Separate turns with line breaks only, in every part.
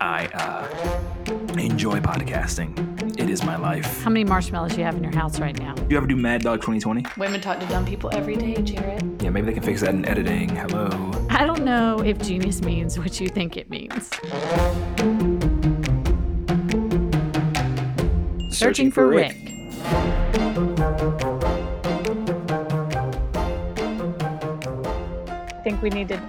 I uh, enjoy podcasting. It is my life.
How many marshmallows you have in your house right now?
You ever do Mad Dog 2020?
Women talk to dumb people every day, Jared.
Yeah, maybe they can fix that in editing. Hello.
I don't know if genius means what you think it means.
Searching,
I think we need to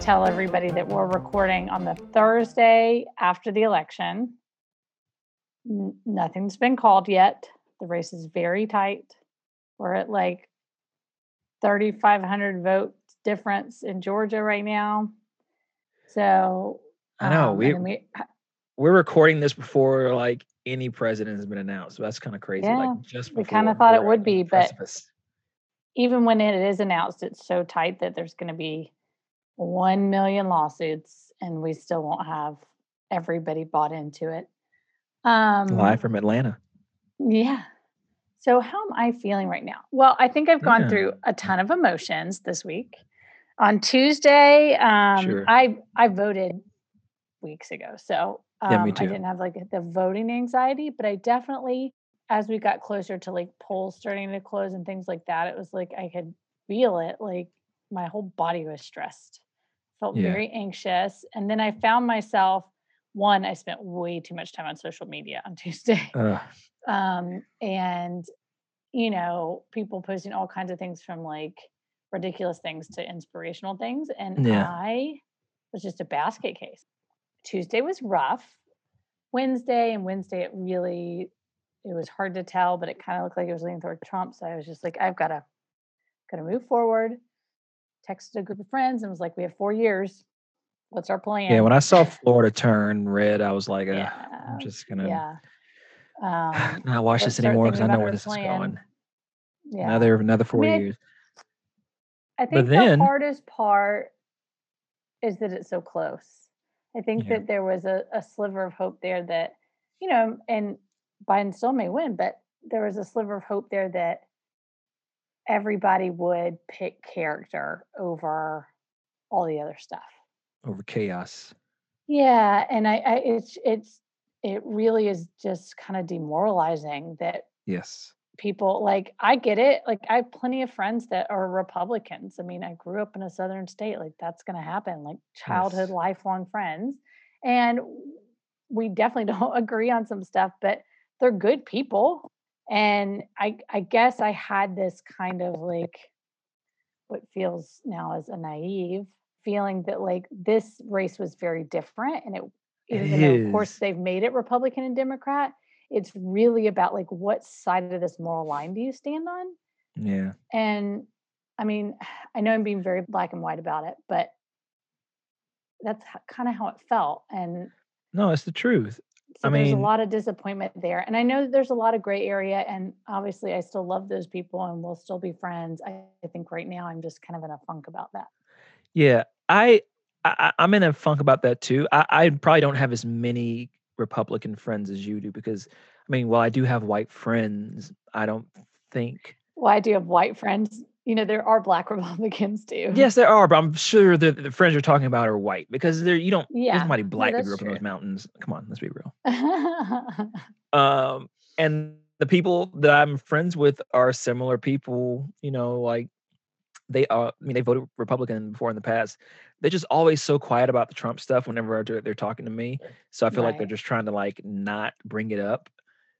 tell everybody that we're recording on the Thursday after the election. N- nothing's been called yet. The race is very tight. We're at like 3,500 votes difference in Georgia right now. So
I know,
um,
we-
and we
We're recording this before like any president has been announced. So that's kind of crazy.
Yeah,
Like just
we
before
kinda thought it
we're
would
at
be,
the
but-
precipice.
even when it is announced, it's so tight that there's going to be 1 million lawsuits and we still won't have everybody bought into it. Um,
live from Atlanta.
Yeah. So, how am I feeling right now? Well, I think I've gone
Yeah.
through a ton of emotions this week. On Tuesday, um,
Sure.
I I voted weeks ago, so um,
Yeah, me
I
too.
didn't have like the voting anxiety, but I definitely, as we got closer to like polls starting to close and things like that, it was like I could feel it. Like my whole body was stressed, felt
Yeah.
very anxious, and then I found myself one. I spent way too much time on social media on Tuesday
Ugh.
um, and you know people posting all kinds of things from like ridiculous things to inspirational things and
Yeah.
i was just a basket case tuesday was rough wednesday and wednesday it really it was hard to tell but it kind of looked like it was leaning toward trump so i was just like i've got to got to move forward texted a group of friends and was like we have four years what's our plan
yeah, when I saw Florida turn red, I was like, uh,
yeah,
I'm just gonna
yeah. Um,
not watch
let's
this
start
anymore because
thinking
I know
about
where
our
this
plan.
is going.
yeah.
Another another four
mean, I-
years.
I
But
think
then-
the hardest part is that it's so close. I think
Yeah.
that there was a, a sliver of hope there that, you know, and Biden still may win, but there was a sliver of hope there that everybody would pick character over all the other stuff.
over chaos.
Yeah, and I, I it's it's it really is just kind of demoralizing that
Yes.
people like I get it. Like I have plenty of friends that are Republicans. I mean, I grew up in a southern state. Like that's going to happen. Like childhood
Yes.
lifelong friends. And we definitely don't agree on some stuff, but they're good people. And I I guess I had this kind of like what feels now as a naive feeling that like this race was very different and it
It
even though of course
is.
they've made it Republican and Democrat, it's really about like what side of this moral line do you stand on?
Yeah.
And I mean, I know I'm being very black and white about it, but that's kind of how it felt. And
No, it's the truth.
so
I
there's a
mean-
lot of disappointment there. And I know that there's a lot of gray area. And obviously, I still love those people and we'll still be friends. I, I think right now I'm just kind of in a funk about that.
Yeah. I, I I- I'm in a funk about that too. I, I probably don't have as many Republican friends as you do because I mean, while I do have white friends, I don't think
Well, I do have white friends. You know, there are black Republicans too.
Mm-hmm.
Yes, there are, but I'm sure the, the friends you're talking about are white because there you don't
Yeah.
there's nobody black that
that's
grew up in those
true.
mountains. Come on, let's be real. Um, and the people that I'm friends with are similar people. You know, like they are. I mean, they voted Republican before in the past. They're just always so quiet about the Trump stuff whenever they're, they're talking to me. So I feel like they're
Right.
just trying to like not bring it up.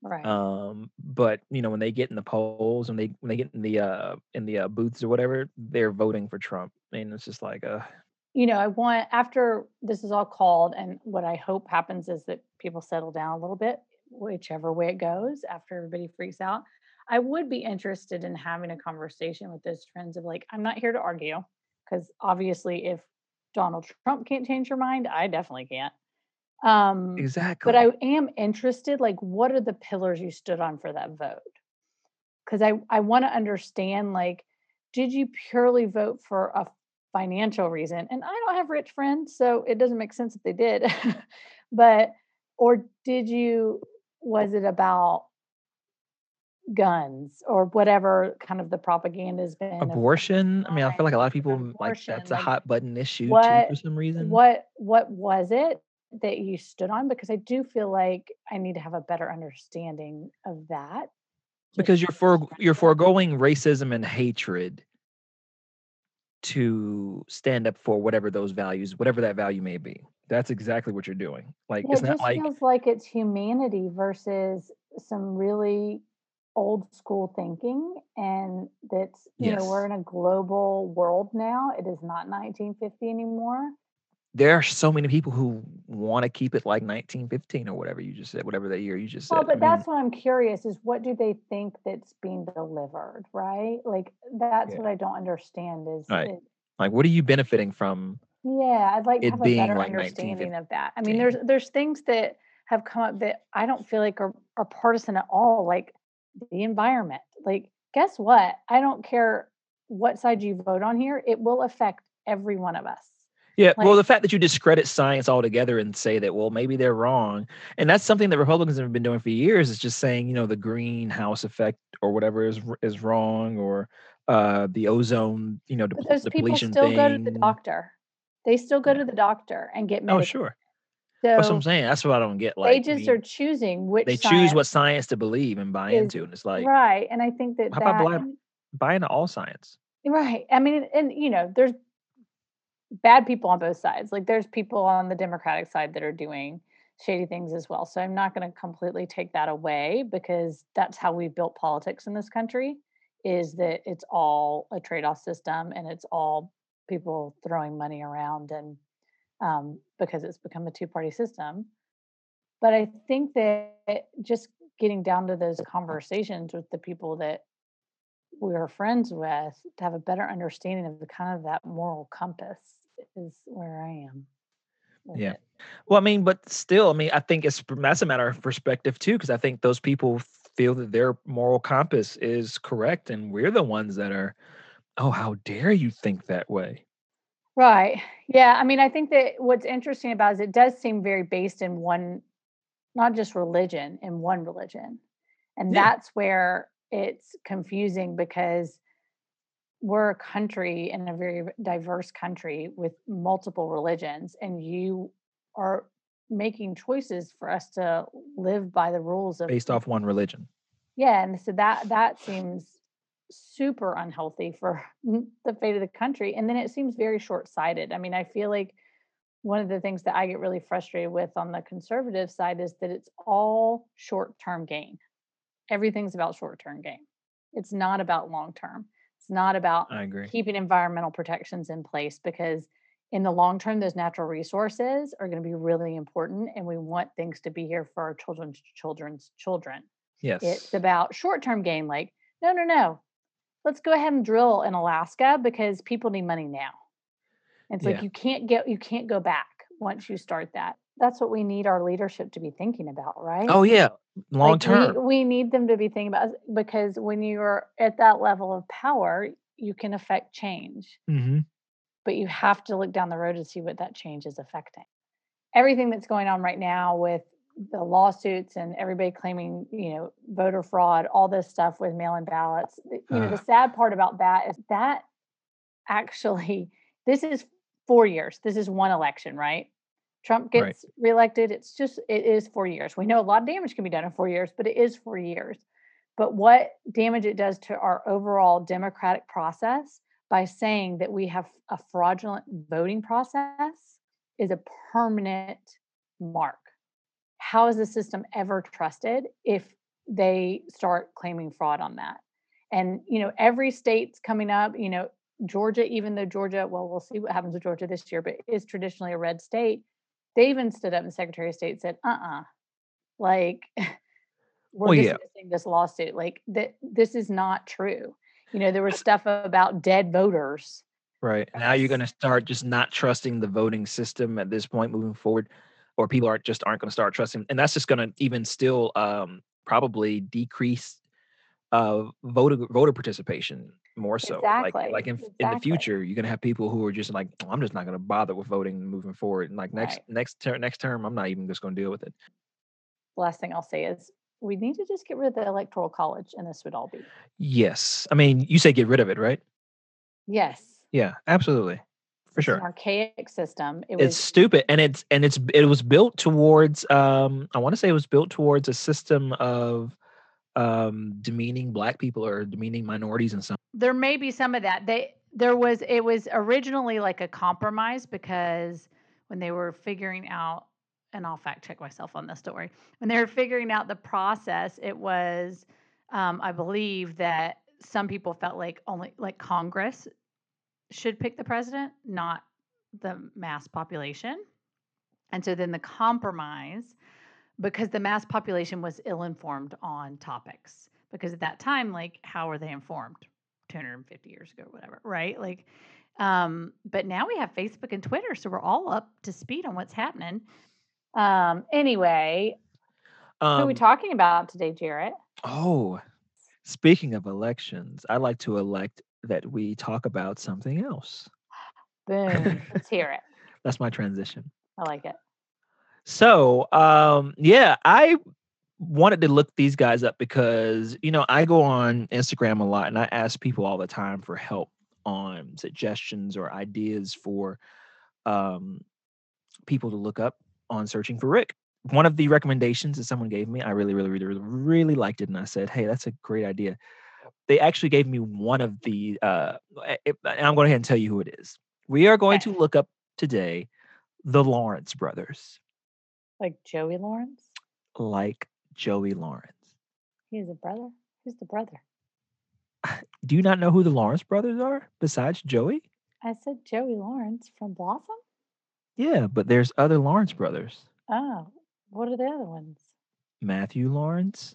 right.
Um, but you know, when they get in the polls, when they when they get in the uh in the uh, booths or whatever, they're voting for Trump, and it's just like uh.
you know, I want after this is all called, and what I hope happens is that people settle down a little bit, whichever way it goes, after everybody freaks out. I would be interested in having a conversation with those friends of like, I'm not here to argue, because obviously, if Donald Trump can't change your mind, I definitely can't. Um,
Exactly.
but I am interested, like, what are the pillars you stood on for that vote? Because I, I want to understand, like, did you purely vote for a financial reason? And I don't have rich friends, so it doesn't make sense if they did. but, or did you, was it about guns or whatever kind of the propaganda has been? of-
abortion. I mean, I feel like a lot of people m- like
abortion,
that's a
like,
hot button issue too
what-
for some reason.
What, what was it? that you stood on because I do feel like I need to have a better understanding of that.
because you're
Just
for you're
perspective.
foregoing racism and hatred to stand up for whatever those values whatever that value may be that's exactly what you're doing like
Yeah,
it's
it
not
just
like
feels like it's humanity versus some really old school thinking and that's you know we're
Yes.
in a global world now it is not 1950 anymore
there are so many people who want to keep it like 1915 or whatever you just said whatever that year you just said
well
I
but
mean,
that's what i'm curious is what do they think that's being delivered right like that's
Yeah.
what i don't understand is
Right.
is-
like what are you benefiting from
Yeah, I'd like to
it
have a
being
better
like
understanding of that. I mean, there's there's things that have come up that I don't feel like are, are partisan at all, like the environment. Like, guess what? I don't care what side you vote on here, it will affect every one of us.
Yeah, well,
Like-
the fact that you discredit science altogether and say that, well, maybe they're wrong, and that's something that Republicans have been doing for years, is just saying, you know, the greenhouse effect or whatever is r- is wrong, or uh, the ozone, you know,
But
depl-
those people
depletion
still
thing.
go to the doctor. They still go to the doctor and get
Oh,
medicated.
sure, that's what
So
I'm saying. That's what I don't get. Like,
they
I
just
mean,
are choosing which
they choose
science-
what science to believe and buy
is
into, and it's like,
right. And I think that
how about
that
blind, buy into all science?
Right. I mean, and you know, there's bad people on both sides. Like there's people on the Democratic side that are doing shady things as well. So I'm not going to completely take that away because that's how we built politics in this country is that it's all a trade-off system and it's all people throwing money around and um, because it's become a two-party system. But I think that just getting down to those conversations with the people that we are friends with to have a better understanding of the kind of that moral compass is where I am. with
Yeah.
it.
Well, I mean, but still, I mean, I think it's that's a matter of perspective too, because I think those people feel that their moral compass is correct, and we're the ones that are, oh, how dare you think that way?
Right. Yeah. I mean, I think that what's interesting about it is it does seem very based in one, not just religion, in one religion. And
Yeah.
that's where it's confusing because we're a country and a very diverse country with multiple religions, and you are making choices for us to live by the rules of
Based off one religion.
Yeah, and so that that seems super unhealthy for the fate of the country. And then it seems very short-sighted. I mean, I feel like one of the things that I get really frustrated with on the conservative side is that it's all short-term gain. Everything's about short-term gain. It's not about long-term. It's not about
I agree.
keeping environmental protections in place because in the long term those natural resources are going to be really important and we want things to be here for our children's children's children
Yes.
it's about short-term gain like no no no let's go ahead and drill in alaska because people need money now And it's
Yeah.
like you can't get you can't go back once you start that that's what we need our leadership to be thinking about right
oh yeah, long
Like, we-
term.
we, need them to be thinking about because when you're at that level of power you can affect change
Mhm.
but you have to look down the road to see what that change is affecting. Everything that's going on right now with the lawsuits and everybody claiming, you know, voter fraud, all this stuff with mail-in ballots. th- You know, the
Ugh.
sad part about that is that actually this is 4 years. This is one election, right? Trump
Right.
gets reelected, it's just it is 4 years. We know a lot of damage can be done in 4 years, but it is 4 years. But what damage it does to our overall democratic process by saying that we have a fraudulent voting process is a permanent mark. How is the system ever trusted if they start claiming fraud on that? And you know, every state's coming up, you know, Georgia, even though Georgia, well, we'll see what happens with Georgia this year, but is traditionally a red state. They even stood up and Secretary of State said, uh-uh, like we're
Well, yeah.
dismissing this lawsuit. Like that this is not true. You know, there was stuff about dead voters.
Right. Now you're going to start just not trusting the voting system at this point moving forward, or people aren't just aren't going to start trusting, and that's just going to even still um, probably decrease uh, voter voter participation more so. Like like
Exactly,
in in the
exactly.
future, you're going to have people who are just like, "Oh, I'm just not going to bother with voting moving forward, and like next
Right.
next term next term, I'm not even just going to deal with it.
Last thing I'll say is we need to just get rid of the electoral college and this would all be.
Yes, I mean you say get rid of it, right?
Yes.
Yeah, absolutely.
It's
for
an
sure.
archaic system. It
It's
was
stupid, and it's and it's it was built towards. Um, I want to say it was built towards a system of um demeaning black people or demeaning minorities and some.
there may be some of that. They there was it was originally like a compromise because when they were figuring out and I'll fact check myself on this, don't worry. When they were figuring out the process, it was um, I believe that some people felt like only like Congress should pick the president, not the mass population. And so then the compromise, because the mass population was ill informed on topics, because at that time, like, how were they informed? 250 years ago, whatever, right? Like, um, but now we have Facebook and Twitter, so we're all up to speed on what's happening. Um, anyway, who are we
Um,
talking about today, Jarrett?
oh, speaking of elections, I like to elect that we talk about something else.
Boom. Let's hear it.
That's my transition.
I like it.
So, um, yeah, I wanted to look these guys up because you know I go on Instagram a lot and I ask people all the time for help on suggestions or ideas for um, people to look up on searching for Rick. One of the recommendations that someone gave me, I really, really, really, really, really liked it, and I said, "Hey, that's a great idea." They actually gave me one of the, uh, I- I- and I'm going ahead and tell you who it is. We are going
Okay.
to look up today the Lawrence brothers
Like Joey Lawrence.
like Joey Lawrence.
He has a brother. Who's the brother?
Do you not know who the Lawrence brothers are besides Joey?
I said Joey Lawrence from Blossom.
Yeah, but there's other Lawrence brothers
Oh, what are the other ones?
Matthew Lawrence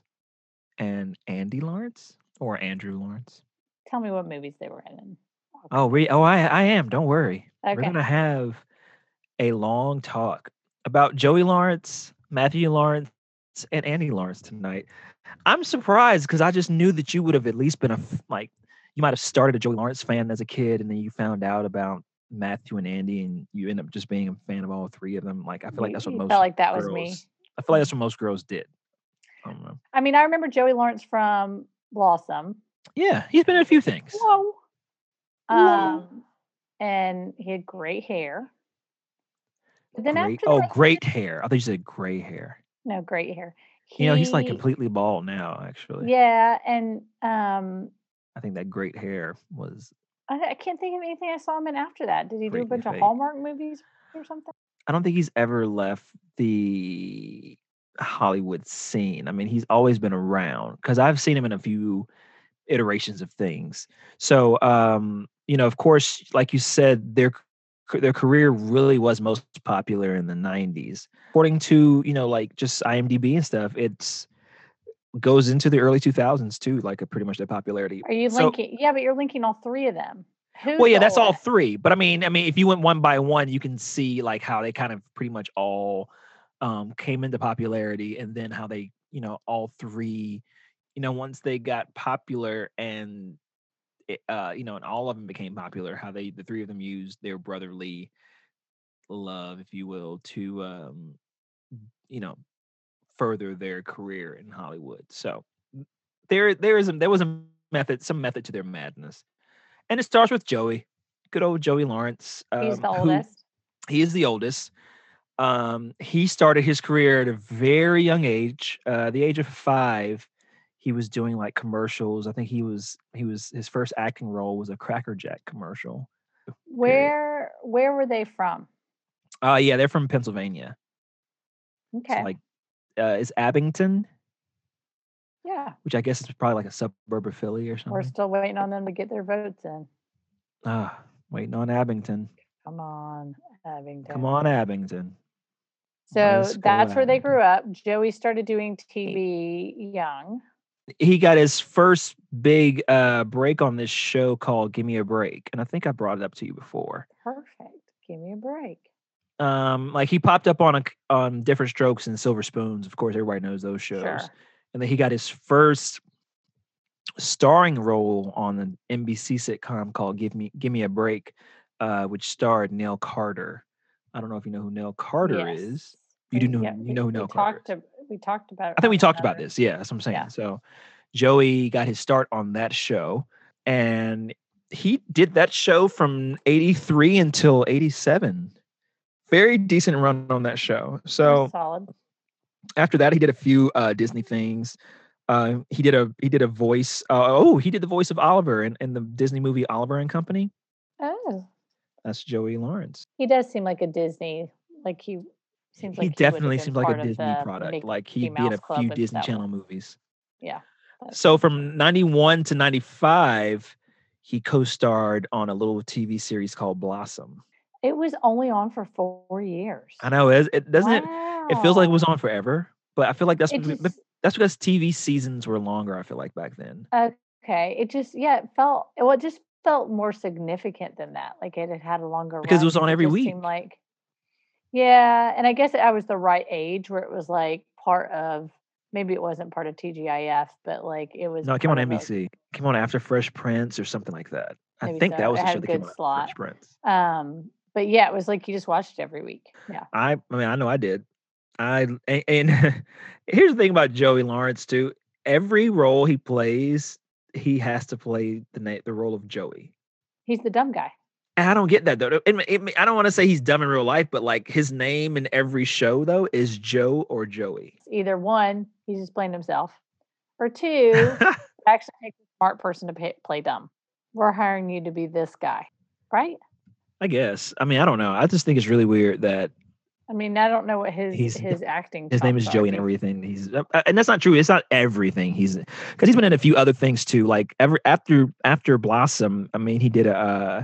and Andy Lawrence or Andrew Lawrence.
Tell me what movies they were in.
Oh, we, oh, I, I am. Don't worry. We're
Okay.
going to have a long talk about Joey Lawrence, Matthew Lawrence, and Andy Lawrence tonight. I'm surprised because I just knew that you would have at least been a, f- like, you might have started a Joey Lawrence fan as a kid, and then you found out about Matthew and Andy, and you end up just being a fan of all three of them. Like, I feel like
You-
that's what
you
most
felt like that
girls,
was me.
I feel like that's what most girls did. Um, I don't know.
I mean, I remember Joey Lawrence from Blossom.
Yeah, he's been in a few things.
Whoa. Um, and he had great hair. But then
Great-
after
oh,
that-
great hair. I thought you said gray hair.
no, great hair.
You know, he's like
He-
completely bald now, actually.
Yeah, and um,
I think that great hair was
I, I can't think of anything I saw him in after that. Did he do a
Greatly
bunch of
fake.
Hallmark movies or something?
I don't think he's ever left the Hollywood scene. I mean, he's always been around because I've seen him in a few iterations of things. So, um, you know, of course, like you said, their c- their career really was most popular in the '90s, according to you know, like just IMDb and stuff. It's goes into the early 2000s too, like a pretty much their popularity.
Are you
So-
linking? yeah, but you're linking all three of them. Who's
well, yeah,
the
that's all
oldest?
three. But I mean, I mean, if you went one by one, you can see like how they kind of pretty much all um, came into popularity, and then how they, you know, all three, you know, once they got popular and, it, uh, you know, and all of them became popular, how they, the three of them used their brotherly love, if you will, to, um, you know, further their career in Hollywood. So there, there is a, there was a method, some method to their madness and it starts with Joey, good old Joey Lawrence.
He's
um,
the
who-
oldest.
he is the oldest. Um, he started his career at a very young age, uh, the age of five. He was doing like commercials. I think he was he was his first acting role was a Cracker Jack commercial.
Where where were they from?
Uh yeah, they're from Pennsylvania. So,
Okay.
like uh, it's Abington,
yeah.
which I guess is probably like a suburb of Philly or
We're
something.
still waiting on them to get their votes in.
Ah, waiting on Abington.
Come on, Abington.
Come on, Abington.
So
let's go
that's where they
Abington.
grew up. Joey started doing TV young.
he got his first big uh break on this show called Give Me a Break. And I think I brought it up to you before.
Perfect. Give me a break.
Um like he popped up on a c- on different strokes and silver spoons. Of course everybody knows those shows.
Sure.
And then he got his first starring role on an NBC sitcom called Give Me Give Me a Break, uh which starred Nell Carter. I don't know if you know who Nell Carter
Yes.
is. You do
We-
know-
yeah,
you
we-
know who
we
Nell Carter
talked ab- we talked about it
I
on
think we talked about
another-
this. Yeah, that's what I'm saying.
Yeah.
So Joey got his start on that show and he did that show from 83 until 87. Very decent run on that show. So
solid.
after that, he did a few uh, Disney things. Uh, he did a he did a voice. Uh, oh, he did the voice of Oliver in, in the Disney movie Oliver and Company.
Oh,
That's Joey Lawrence.
he does seem like a Disney. Like he seems like
he
would've
definitely
been
seems like
part
a
of
Disney
the
product.
Mickey
like he'd be in
Mouse
a
Club
few
and
Disney
stuff.
Channel movies.
Yeah, but-
So from 91 to 95, he co-starred on a little TV series called Blossom.
It was only on for four years.
I know it, it doesn't it, it feels like it was
Wow.
on forever, but I feel like that's
It
be-
just-
that's because TV seasons were longer, I feel like back then.
okay. It just yeah, it felt well, it just felt more significant than that. Like it had had a longer
Because it was
run,
on every
just seemed
week.
Like yeah, and I guess I was the right age where it was like part of maybe it wasn't part of TGIF, but like it was
No, it came on
part of a-
NBC. It came on after Fresh Prince or something like that. I
Maybe
think
so.
that was
It
the
had
show
a
that came
good
on after
slot.
Fresh Prince.
Um, but yeah, it was like you just watched it every week. Yeah.
I I mean I know I did. I and, and here's the thing about Joey Lawrence too. Every role he plays, he has to play the na- the role of Joey.
He's the dumb guy.
And I don't get that though. It ma- it ma- I don't want to say he's dumb in real life, but like his name in every show though is Joe or Joey.
It's either one, he's just playing himself, or two, actually takes a smart person to pay, play dumb. We're hiring you to be this guy, right?
I guess. I mean, I don't know. I just think it's really weird that
I mean, I don't know what his
He's-
his acting.
his name is
chops are.
Joey and everything. He's uh, uh, and that's not true. It's not everything. He's because he's been in a few other things too. Like ever after after Blossom, I mean, he did a uh,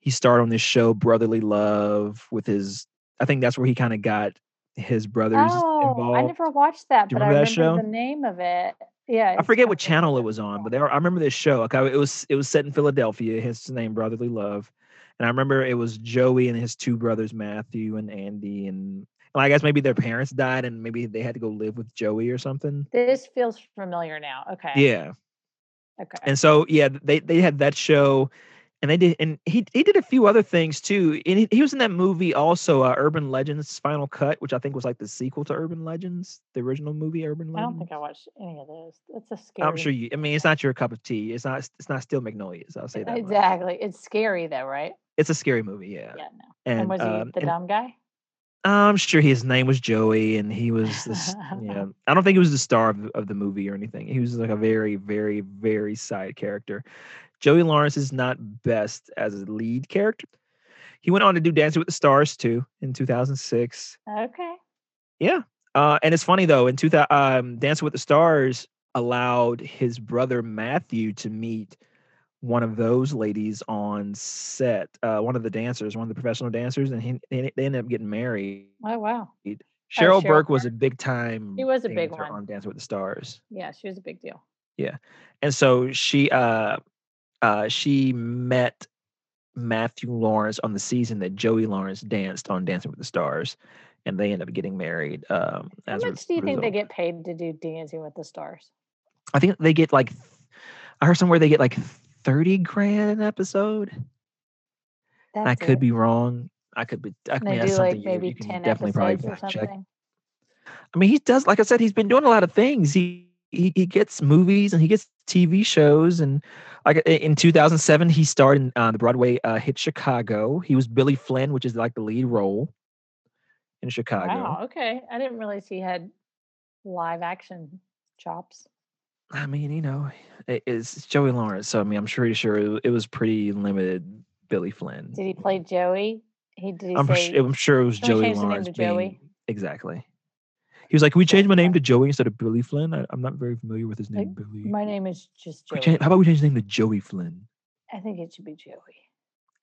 he starred on this show Brotherly Love with his. I think that's where he kind of got his brothers
Oh,
involved.
I never watched that,
Do you
but I
remember
remember
that
the name of it. Yeah,
I
it's
forget what
something
channel it
with-
was on, but there, I remember this show. Like I, it was, it was set in Philadelphia. Hence the name Brotherly Love, and I remember it was Joey and his two brothers Matthew and Andy, and, and I guess maybe their parents died, and maybe they had to go live with Joey or something.
This feels familiar now. Okay.
Yeah,
Okay.
and so yeah, they they had that show, and they did, and he he did a few other things too. And he, he was in that movie also, uh, Urban Legends Final Cut, which I think was like the sequel to Urban Legends, the original movie Urban
I
Legends.
don't think I watched any of those. That's a scary.
um, I'm sure you. I mean, it's not your cup of tea. It's not. It's not still magnolias. I'll say that. much.
exactly. It's scary though, right?
It's a scary movie. Yeah.
Yeah. No.
And,
And, was he
um,
the
and
dumb guy?
I'm sure his name was Joey, and he was this. yeah. I don't think he was the star of, of the movie or anything. He was like a very, very, very side character. Joey Lawrence is not best as a lead character. He went on to do Dancing with the Stars too in 2006.
Okay.
Yeah. Uh, and it's funny though, in 2000, um, Dancing with the Stars allowed his brother Matthew to meet one of those ladies on set, uh, one of the dancers, one of the professional dancers, and he, they, they ended up getting married.
Oh wow.
Cheryl,
Oh, Cheryl
Burke was a big time.
She was a big
dancer
one.
on Dancing with the Stars,
Yeah, she was a big deal.
and so she, uh, uh, she met Matthew Lawrence on the season that Joey Lawrence danced on Dancing with the Stars, and they ended up getting married. Um,
How
as a
much do you think they
result.
get paid to do Dancing with the Stars?
I think they get like, th- I heard somewhere they get like thirty grand an episode.
That's
I could
it.
be wrong. I could be. I
And
mean,
they
that's
do
something
like
you-
maybe
you can
ten
definitely probably
episodes or
fact
something.
check. I mean, he does. Like I said, he's been doing a lot of things. He he, he gets movies and he gets TV shows. And like i- in 2007, he starred in uh, the Broadway uh, hit Chicago. He was Billy Flynn, which is like the lead role in Chicago.
Wow. Okay. I didn't realize he had live action chops.
I mean, you know, it, it's Joey Lawrence. So I mean, I'm pretty sure it, wa- it was pretty limited. Billy Flynn.
Did he play Joey? He did. He
I'm,
say,
sh- I'm sure it was
"Can we
Joey
change the name
Lawrence.
to Joey?"
being- Exactly. He was like, "Can we change my name
Joey.
to Joey instead of Billy Flynn?" I, I'm not very familiar with his
Like,
name, Billy.
"My name is just
We
Joey."
change, how about we change his name to Joey Flynn?
I think it should be Joey.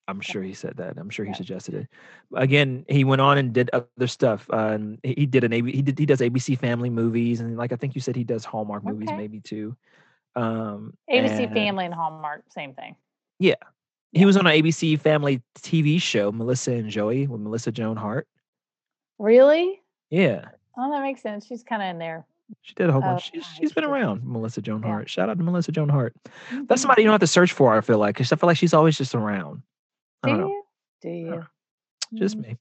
I'm sure he said that. I'm sure he
Yeah.
suggested it. Again, he went on and did other stuff. Uh, and he he did an AB, he did he does ABC Family movies, and like I think you said, he does Hallmark movies
Okay.
maybe too. Um,
ABC
and
Family and Hallmark, same thing.
He was on an ABC Family TV show, Melissa and Joey, with Melissa Joan Hart.
Really?
Yeah.
Oh, that makes sense. She's kind of in there.
She did a whole
Oh,
bunch. She's,
wow,
she's been
interesting.
around, Melissa Joan
Yeah.
Hart. Shout out to Melissa Joan Hart.
Mhm.
That's somebody you don't have to search for. I feel like, 'cause I feel like she's always just around. I
Do
don't know,
you? Do you?
just
Mm.
me.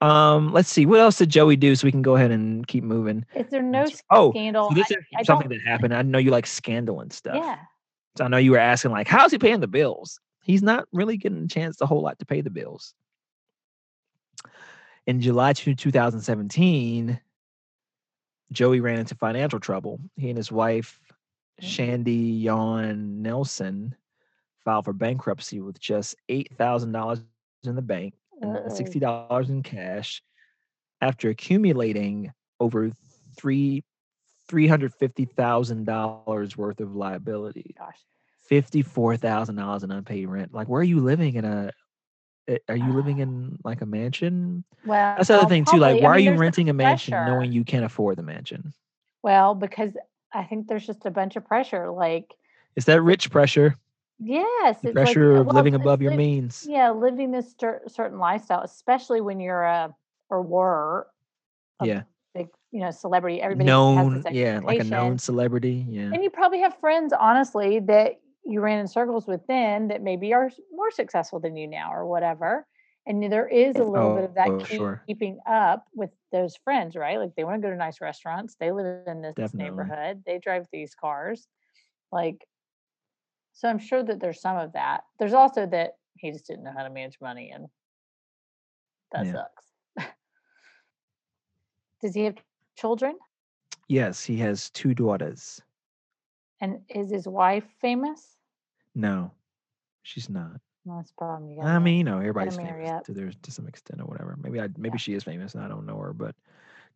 Um, let's see. What else did Joey do? So we can go ahead and keep moving.
Is there no
That's- oh,
scandal?
So
I-
this uh, is
I
something
don't-
that happened. I know you like scandal and stuff.
yeah.
So I know you were asking, like, how's he paying the bills? He's not really getting a chance a whole lot to pay the bills. In July 2, 2017, Joey ran into financial trouble. He and his wife,
Mm.
Shandy Yon Nelson, filed for bankruptcy with just $8,000 in the bank and
Uh-oh.
$60 uh, in cash after accumulating over three $350,000 worth of liability
Gosh.
fifty-four thousand dollars in unpaid rent. Like, where are you living in a? a- Are you living in like a mansion?
Well,
That's the other thing too.
Ah.
Like,
Uh, probably. I
why are
mean,
you
there's the
renting a mansion knowing
pressure.
you can't afford the mansion?
Well, because I think there's just a bunch of pressure. Like,
It's that rich pressure,
yes,
the
it's like,
pressure
uh,
of
well,
living
it's
above your
li-
means.
Yeah, living this cer- certain lifestyle, especially when you're a or were a
Yeah.
big, you know, celebrity. Everybody
Known,
has this
yeah, like a known
expectation.
celebrity. Yeah,
And you probably have friends, honestly, that you ran in circles with then that maybe are s- more successful than you now or whatever. And there is a little bit
Oh,
of that
oh,
keep-
sure.
keeping up with those friends, right? Like they want to go to nice restaurants. They live in this
Definitely.
neighborhood. They drive these cars. Like, so I'm sure that there's some of that. There's also that he just didn't know how to manage money and that
Yeah.
sucks. Does he have children?
yes, he has two daughters.
And is his wife famous?
No, she's not.
Well, That's a problem. You
I
gotta-
mean, you know, everybody's
marry
famous
up.
to their to some extent or whatever. Maybe I maybe she is famous and I don't know her, but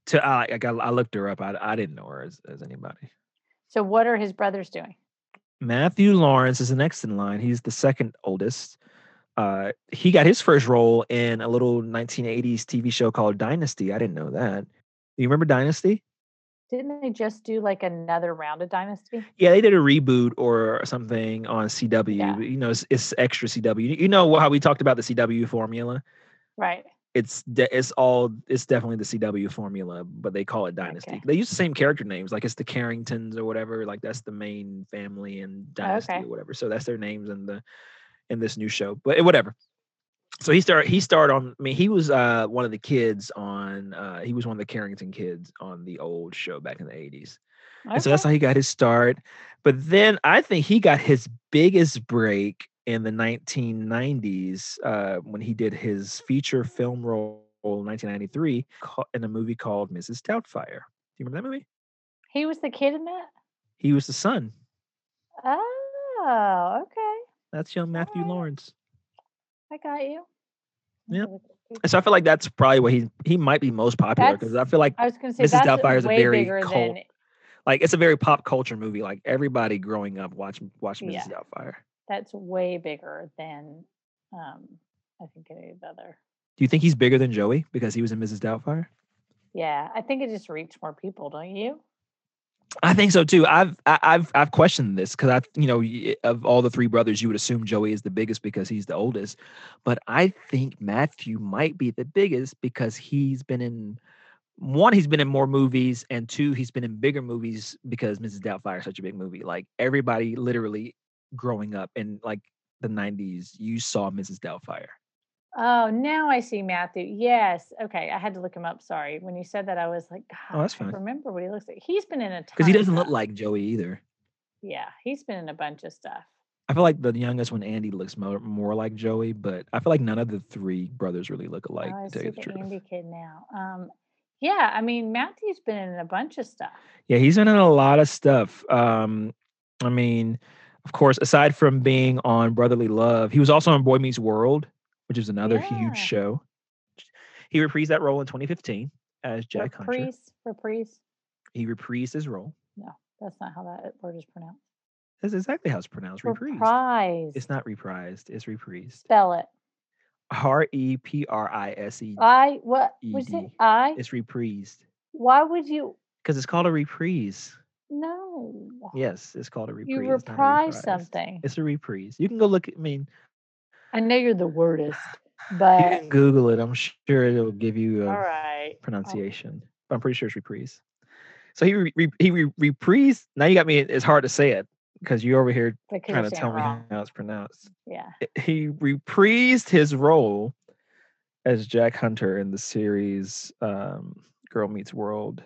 to I I, got, I looked her up. I I didn't know her as, as anybody.
So what are his brothers doing?
Matthew Lawrence is the next in line. He's the second oldest. Uh, he got his first role in a little 1980s TV show called Dynasty. I didn't know that. You remember Dynasty?
Didn't they just do like another round of Dynasty?
Yeah, they did a reboot or something on CW.
Yeah.
but, You know, it's, it's extra CW. You know how we talked about the CW formula?
Right.
It's de- it's all it's definitely the CW formula, but they call it Dynasty.
Okay.
They use the same character names, like it's the Carringtons or whatever. Like that's the main family in Dynasty
okay.
or whatever. So that's their names in the in this new show, but eh, whatever. So he started. He started on. I mean, he was uh, one of the kids on. Uh, he was one of the Carrington kids on the old show back in the eighties. And so that's
Okay.
how he got his start. But then I think he got his biggest break in the 1990s uh, when he did his feature film role in 1993 ca- in a movie called Mrs. Doubtfire. Do you remember that movie?
He was the kid in that?
He was the son.
Oh, okay.
That's young Matthew
Alright.
Lawrence.
I got you.
Yep.
Okay, look at
And so I feel like that's probably what he he might be most popular because I
That's-
feel like
you. I was going to say
Mrs.
that's
Doubtfire is a
way
very
bigger
cult.
than
like it's a very pop culture movie. Like everybody growing up watched watched Mrs.
Yeah.
Doubtfire.
that's way bigger than um I think any of the other.
Do you think he's bigger than Joey because he was in Mrs. Doubtfire?
Yeah, I think it just reached more people, don't you?
I think so too. I've I- I've I've questioned this because I you know y- of all the three brothers, you would assume Joey is the biggest because he's the oldest, but I think Matthew might be the biggest because he's been in one, he's been in more movies, and two, he's been in bigger movies because Mrs. Doubtfire is such a big movie. Like everybody, literally growing up in like the '90s, you saw Mrs. Doubtfire.
Oh, now I see Matthew. Yes. Okay. I had to look him up. Sorry. When you said that, I was like, God,
Oh, that's
I
fine.
remember what he looks like. He's been in a
because he
ton of
doesn't look
stuff.
like Joey either.
Yeah, he's been in a bunch of stuff.
I feel like the youngest one, Andy, looks more, more like Joey, but I feel like none of the three brothers really look alike.
oh, I
to tell
see
you the
the
truth,
Andy kid now. Um, yeah, I mean Matthew's been in a bunch of stuff.
yeah, he's been in a lot of stuff. Um, I mean, of course, aside from being on Brotherly Love, he was also on Boy Meets World, which is another
Yeah.
huge show. He reprised that role in 2015 as Jack Hunter.
Reprise, reprise.
He reprised his role.
That's not how that word is pronounced.
That's exactly how it's pronounced. Reprised.
Reprise.
It's not reprised. It's reprised.
Spell it.
R e p r i s e.
I what was it?
ED.
I.
E It's reprised.
Why would you?
Because it's called a reprise.
No.
Yes, it's called a reprise.
You
not a
reprise
reprised.
something.
It's a reprise. You can go look. I mean,
I know you're the wordist,
you
but
can Google it. I'm sure it'll give you a
all right.
pronunciation. But I'm pretty sure it's reprise. So he re, re, he re, reprised. Now you got me. It's hard to say it because you're over here
Because
trying
you're
to
saying
tell
it
me
wrong.
how it's pronounced.
Yeah.
he reprised his role as Jack Hunter in the series um, Girl Meets World.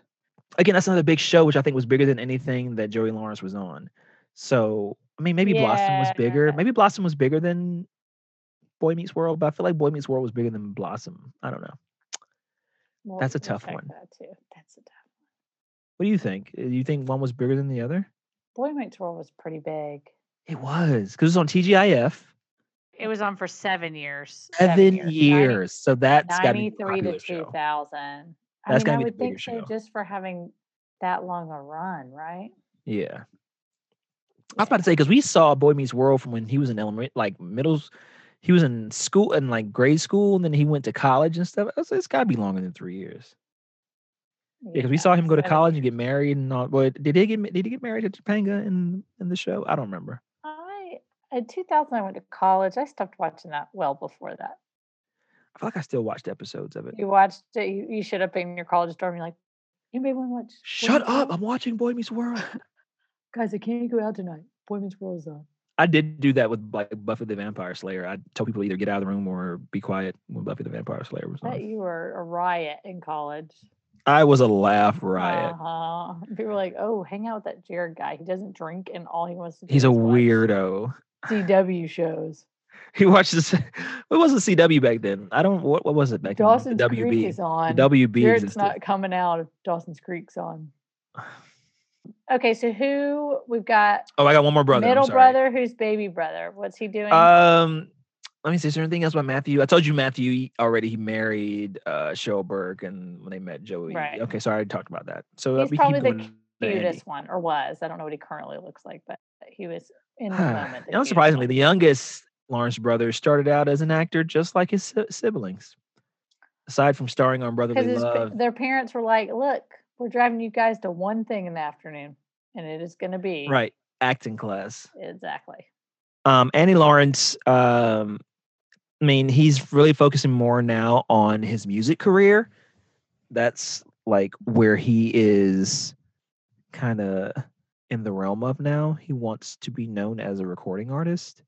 Again, that's another big show, which I think was bigger than anything that Joey Lawrence was on. So I mean, maybe Blossom was bigger.
Yeah.
Maybe Blossom was bigger than Boy Meets World, but I feel like Boy Meets World was bigger than Blossom. I don't know.
We'll-
That's a
we'll
tough
check
one.
That too. That's a tough.
What do you think? Uh, You think one was bigger than the other?
Boy Meets World was pretty big.
It was because it was on TGIF.
It was on for seven years.
Seven years, so that's got to be a
93 to
popular
2000.
show.
I
That's
mean,
gotta
I
be the
would think
bigger
so
show.
just for having that long a run, right?
Yeah. I was about to say because we saw Boy Meets World from when he was in elementary, like middle. s- He was in school and like grade school, and then he went to college and stuff. So it's got to be longer than three years. Yeah, because we saw him go to
seven
college
years.
and get married and all. But did he get ma- did he get married to Topanga in in the show? I don't remember.
I in 2000 I went to college. I stopped watching that well before that.
I feel like I still watched episodes of it.
You watched it. You, you showed up in your college dorm. You're like, anybody want to watch? Boy
Shut
Meets World?
up! I'm watching Boy Meets World.
guys! I can't go out tonight. Boy Meets World is on.
I did do that with like Buffy the Vampire Slayer. I told people to either get out of the room or be quiet when Buffy the Vampire Slayer was
Bet
on.
you were a riot in college.
I was a laugh riot.
Uh-huh. People were like, "Oh, hang out with that Jared guy. He doesn't drink, and all he wants to do
He's a
is watch
weirdo.
CW
Mm,
shows.
He watches. It wasn't CW back then. I don't. What, what was it back
Dawson's
then? The
Creek is
WB.
on.
The WB
Jared's
existed.
not coming out if Dawson's Creek's on. Okay, so who we've got?
oh, I got one more brother. I'm
Middle
sorry.
brother, who's baby brother? What's he doing?
Um, let me see. Is there anything else about Matthew? I told you Matthew he- already. He married uh Schulberg, and when they met Joey.
Right.
Okay, so I already talked about that. So uh,
He's
we
probably
keep
the
going. to Andy.
cutest one, or was. I don't know what he currently looks like, but he was in the moment. the
Not
cutest
surprisingly,
one.
the youngest Lawrence brother started out as an actor, just like his si- siblings. Aside from starring on Brotherly
his pa-
Love,
their parents were like, "Look, we're driving you guys to one thing in the afternoon, and it is going to be
right, acting class.
exactly."
um, Annie Lawrence, um, I mean, he's really focusing more now on his music career. That's like where he is kind of in the realm of now. He wants to be known as a recording artist.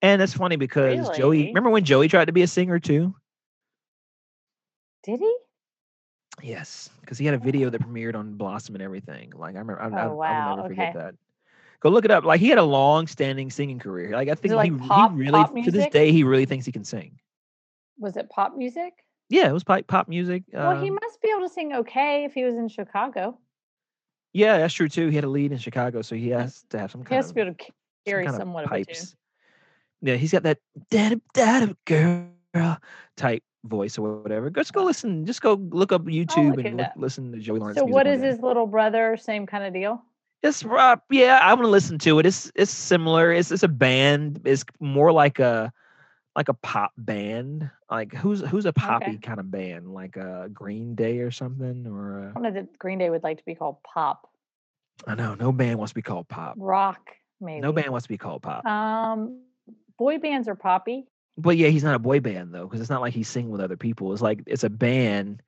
And it's funny because Joey,
Really?
remember when Joey tried to be a singer too?
Did he?
Yes, because he had a video that premiered on Blossom and everything. Like I remember, I, I,
Oh,
I
wow,
will never forget
okay.
that. Go look it up. Like he had a long-standing singing career. Like I think
like,
he,
pop-
he really
pop
to this
music?
day he really thinks he can sing.
Was it pop music?
Yeah, it was pop pop music.
well, he
um,
must be able to sing okay if he was in Chicago.
yeah, that's true too. He had a lead in Chicago, so he has to have some
He
kind
has to
of
be able to ca-
some
carry
kind of
somewhat of a tune.
pipes. Yeah, he's got that dad dad girl type voice or whatever. Just go listen. Just go look up YouTube
look it
and look,
up.
listen to Joey Lawrence.
So,
music
what
one
is
day.
his little brother? Same kind of deal.
It's uh, yeah, I want to listen to it. It's it's similar. It's it's a band. It's more like a like a pop band. Like who's who's a poppy kind of band? Like a Green Day or something or uh,
I don't know that Green Day would like to be called pop
I I know no band wants to be called pop.
rock, maybe.
No band wants to be called pop.
Um, boy bands are poppy.
But yeah, he's not a boy band though cuz it's not like he's singing with other people. It's like it's a band.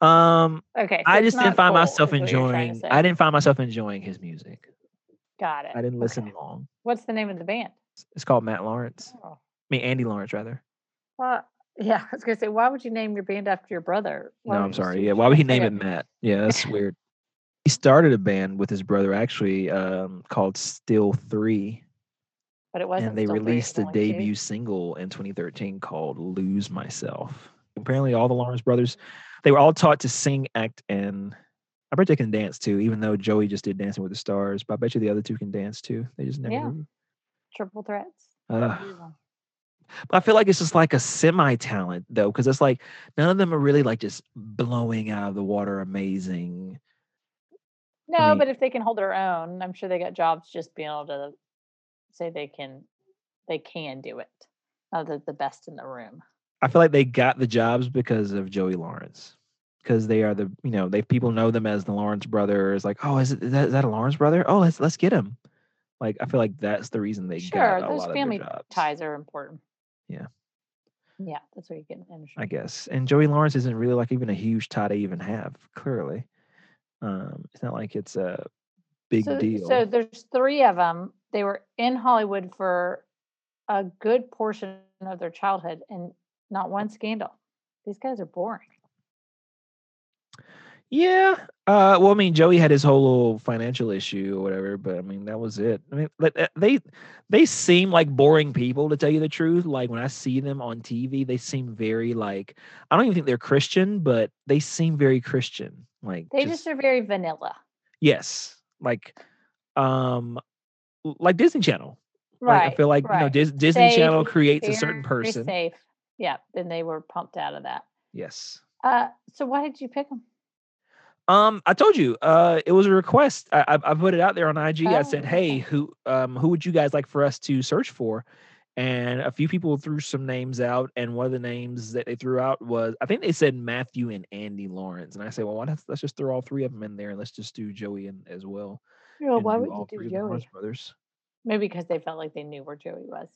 Um
Okay, so
I
it's
just didn't
not
find
cool,
myself
is what you're trying to
enjoying
say.
I didn't find myself enjoying his music.
Got it.
I didn't
Okay.
listen long.
What's the name of the band?
It's called Matt Lawrence.
Oh.
I mean Andy Lawrence rather.
Well, yeah, I was gonna say, why would you name your band after your brother? Why
No,
would
I'm
you
sorry.
choose
Yeah, why would he name
Okay.
it Matt? Yeah, that's weird. He started a band with his brother actually um, called Still Three,
But it wasn't.
and they
still three, it
released
was
a
only two.
debut single in 2013 called "Lose Myself." Apparently, all the Lawrence brothers, they were all taught to sing, act, and I bet they can dance too. Even though Joey just did Dancing with the Stars, but I bet you the other two can dance too. They just never.
Yeah.
knew.
Triple threats.
Ugh.
Either one.
But I feel like it's just like a semi talent though, because it's like none of them are really like just blowing out of the water, amazing.
No,
mean-
but if they can hold their own, I'm sure they got jobs just being able to say they can, they can do it. Now they're the best in the room.
I feel like they got the jobs because of Joey Lawrence. Because they are the, you know, they people know them as the Lawrence brother. It's like, oh, is, it, is that is that a Lawrence brother? Oh, let's let's get him. Like, I feel like that's the reason they
sure,
got a
those
lot
family
of their jobs.
ties are important.
Yeah.
Yeah, that's where you get an industry.
I guess. And Joey Lawrence isn't really like even a huge tie they even have. Clearly, um, it's not like it's a big
so,
deal.
So there's three of them. They were in Hollywood for a good portion of their childhood, and not one scandal. These guys are boring.
Yeah. Uh, well, I mean, Joey had his whole little financial issue or whatever, but I mean, that was it. I mean, but, uh, they they seem like boring people to tell you the truth. Like when I see them on TV, they seem very like I don't even think they're Christian, but they seem very Christian. Like
They just, are very vanilla.
yes, like um, l- like Disney Channel.
Right.
Like, I feel like you know
right.
Dis- Disney
Safe,
Channel creates a certain
Very
person.
Safe. Yeah. Then they were pumped out of that.
Yes.
Uh, so why did you pick them?
Um, I told you, uh, it was a request. I, I, I put it out there on IG. I said,
Oh,
"Hey,
okay.
who, um, who would you guys like for us to search for?" And a few people threw some names out, and one of the names that they threw out was, I think they said Matthew and Andy Lawrence. And I said, "Well, why not, let's just throw all three of them in there, and let's just do Joey and as well."
Well,
and
why
do
would
all
you
three
do
of the Lawrence
Joey?
brothers?
Maybe because they felt like they knew where Joey was.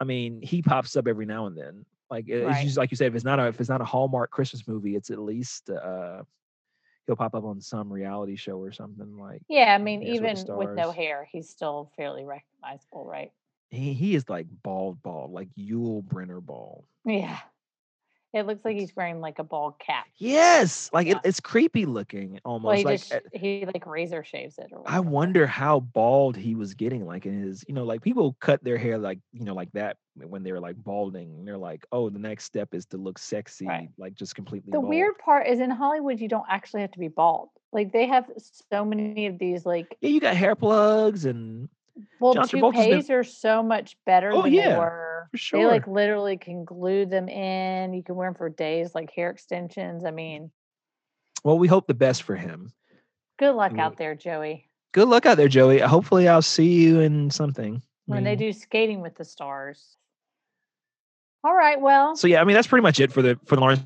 I mean, he pops up every now and then. Like it- it's
Right.
just like you said, if it's not a if it's not a Hallmark Christmas movie, it's at least uh, he'll pop up on some reality show or something like.
Yeah, I mean,
Dancing
even
with the
with no
Stars.
hair, he's still fairly recognizable, right?
he, he is like bald, bald, like Yule Brenner bald.
Yeah. It looks like
It's-
he's wearing like a bald cap.
Yes, like
Yeah.
It, it's creepy looking almost.
Well, he
like
just
uh,
he like razor shaves it. Or
I
whatever.
wonder how bald he was getting. Like in his, you know, like people cut their hair like you know like that when they're like balding. And they're like, oh, the next step is to look sexy, like just completely.
The
bald.
weird part is in Hollywood, you don't actually have to be bald. Like they have so many of these like
Yeah, you got hair plugs and
well,
John
the
Travolta's been-
toupees are so much better
Oh,
than
yeah,
they were.
for
They
sure.
like literally can glue them in. You can wear them for days, like hair extensions. I mean,
well, we hope the best for him.
good luck
Mm.
out there, Joey.
Good luck out there, Joey. Hopefully, I'll see you in something. I
When they
mean,
do skating with the stars. All right, well,
So yeah, I mean that's pretty much it for the for the Lawrence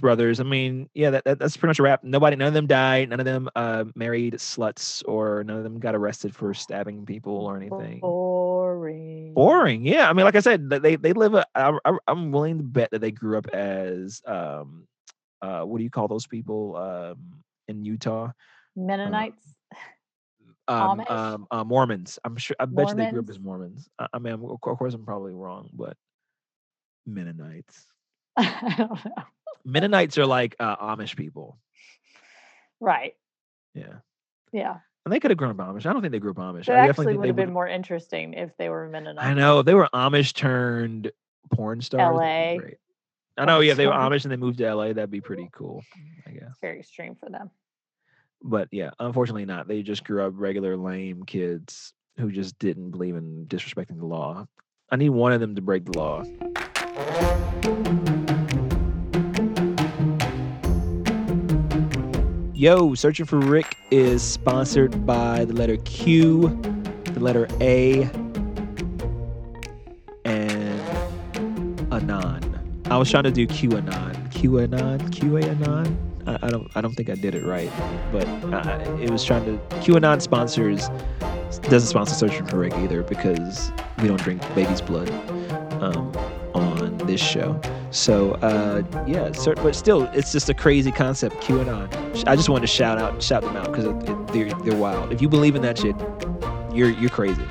brothers. I mean, yeah, that, that that's pretty much a wrap. Nobody, none of them died. None of them uh, married sluts, or none of them got arrested for stabbing people or anything.
boring.
Boring. Yeah, I mean, like I said, th- they they live. A, I, I, I'm willing to bet that they grew up as um, uh, what do you call those people um in Utah?
Mennonites.
Um,
Amish?
um uh, Mormons. I'm sure. I bet you they grew up
Mormons?
as Mormons. I, I mean, I'm- of course, I'm probably wrong, but Mennonites.
I don't know.
Mennonites are like uh, Amish people.
Right.
Yeah.
Yeah.
And they could have grown up Amish. I don't think they grew up Amish.
That
I
actually
think
would
they
have been
would've-
more interesting if they were Mennonites.
I know if they were Amish turned porn stars. that'd be
LA.
great. I know. Yeah, if they were
Porn
Amish and they moved to LA. That'd be pretty cool, I guess.
Very extreme for them.
But yeah, unfortunately not. They just grew up regular lame kids who just didn't believe in disrespecting the law. I need one of them to break the law. Yo, Searching for Rick is sponsored by the letter Q, the letter A, and Anon. I was trying to do Q Anon, Q Anon, Q Anon. I, I don't, I don't think I did it right, but I, I- it was trying to. Q Anon sponsors doesn't sponsor Searching for Rick either because we don't drink baby's blood um, on this show. So uh, yeah, cer- but still, it's just a crazy concept. QAnon. Sh- I just wanted to shout out, shout them out because it, it, they're they're wild. If you believe in that shit, you're you're crazy.